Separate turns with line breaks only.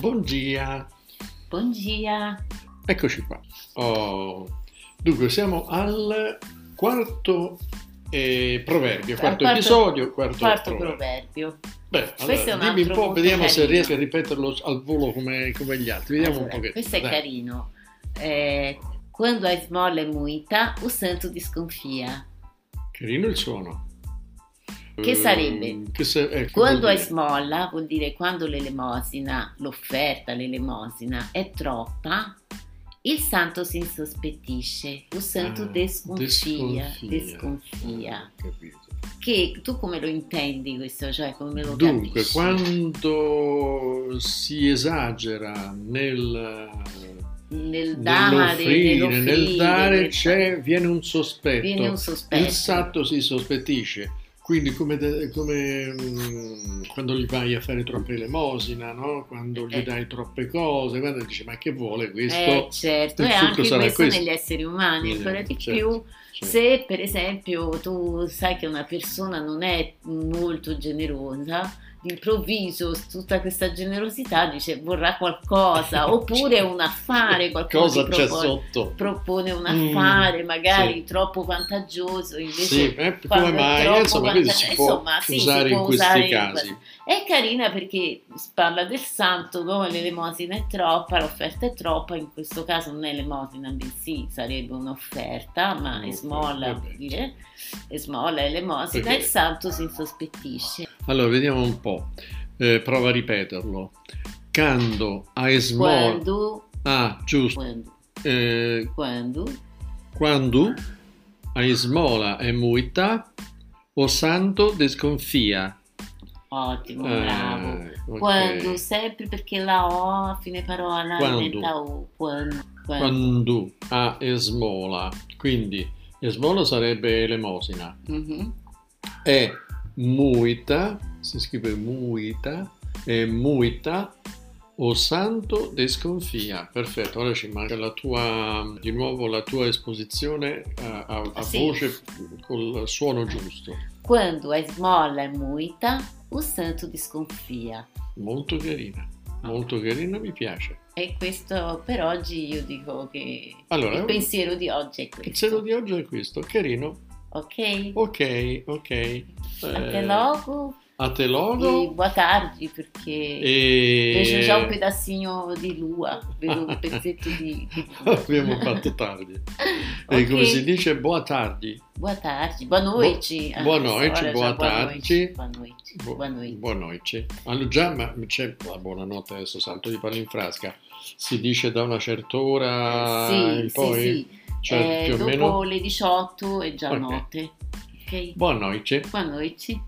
Buongiorno,
Buongiorno.
eccoci qua. Oh, Dunque, siamo al quarto eh, proverbio, quarto,
quarto-
episodio, quarto,
Quarto
proverbio.
proverbio.
Beh, allora,
Questo è un
dimmi un
altro
po',
molto
vediamo se
carino.
riesco a ripeterlo al volo come, come gli altri. Vediamo
Allora,
un pochettino.
Questo è
dai.
carino. Eh, quando a esmola é muita, o santo desconfia.
Carino il suono.
Che
Eh,
sarebbe?
Che se- eh, che
Quando a
vuol dire?
esmola vuol dire quando l'elemosina, l'offerta, l'elemosina è troppa, il santo si insospettisce, o santo
Ah,
desconfia,
desconfia.
desconfia.
Ah, capito.
Che tu come lo intendi questo? Cioè come lo
Dunque,
capisci?
quando si esagera nel,
Nel dare,
nell'offrire, nel
nell'offrire,
dare,
nel-
c'è, viene un sospetto.
viene un sospetto.
Il santo si sospettisce. Quindi, come, de- come, mm, quando gli vai a fare troppa elemosina, no? quando gli
Eh.
dai troppe cose, quando dici ma che vuole questo?
Eh, certo,
il
e
frutto
anche
sarà
questo,
questo.
negli esseri umani,
Eh,
ancora di
certo,
più.
Cioè,
Se per esempio tu sai che una persona non è molto generosa, d'improvviso s- tutta questa generosità dice vorrà qualcosa, oppure un affare,
Cioè,
qualcosa
Eh, cosa
ti
c'è
propone,
sotto?
propone un
Mm,
affare magari
sì.
troppo vantaggioso, invece
Sì, eh,
quando
come
è
mai?
troppo
Insomma, quindi
guarda-
si può
insomma, sì, si
usare
può
in questi
usare in
casi.
È carina perché si parla del santo, come l'elemosina è troppa, l'offerta è troppa, in questo caso non è elemosina, bensì sarebbe un'offerta, ma è
Un'offerta,
smolla,
vabbè.
vuol dire, è smolla, è elemosina,
Perché-
il santo si insospettisce.
Allora, vediamo un po'. Eh, prova a ripeterlo. Quando a esmola...
Quando,
Ah, giusto.
quando,
Eh,
quando,
quando a esmola è muita, o santo desconfia.
ottimo,
Eh,
bravo.
ok.
Quando, sempre perché la O a fine parola
Quando.
diventa U, quando, quando.
Quando a esmola. Quindi, esmola sarebbe elemosina.
Mhm.
È muita, si scrive muita, è muita, o santo desconfia. Perfetto, ora ci manca la tua, di nuovo la tua esposizione a, a- a
Sì.
voce col suono giusto.
Quando a esmola è muita, o santo desconfia.
Molto carina, molto carina, mi piace.
E questo per oggi io dico che
Allora,
il
Eh? il
pensiero di oggi è questo.
pensiero di Eh. oggi è questo, carino.
Ok?
Ok, ok.
Até
Eh,
logo
A te
e
logo.
boa tarde, perché vejo
Oh, E...
già un pedacinho di lua, vedo un pezzetto di, di lua.
Ah. Abbiamo fatto tardi. E
Ok.
come si dice, buona tardi.
Boa tarde, boa noite.
boa
Ah,
noite,
ora già
boa tarde.
Boa noite,
Bu-
boa noite.
Buonanotte. Allora, già, ma c'è la buonanotte adesso, salto di palla in frasca. Si dice da una certa ora
sì,
in
sì,
ah, poi,
sì.
cioè
Eh,
più o
dopo
meno.
le 18 è già
Ok.
notte. Ok?
Buonanotte.
Boa noite.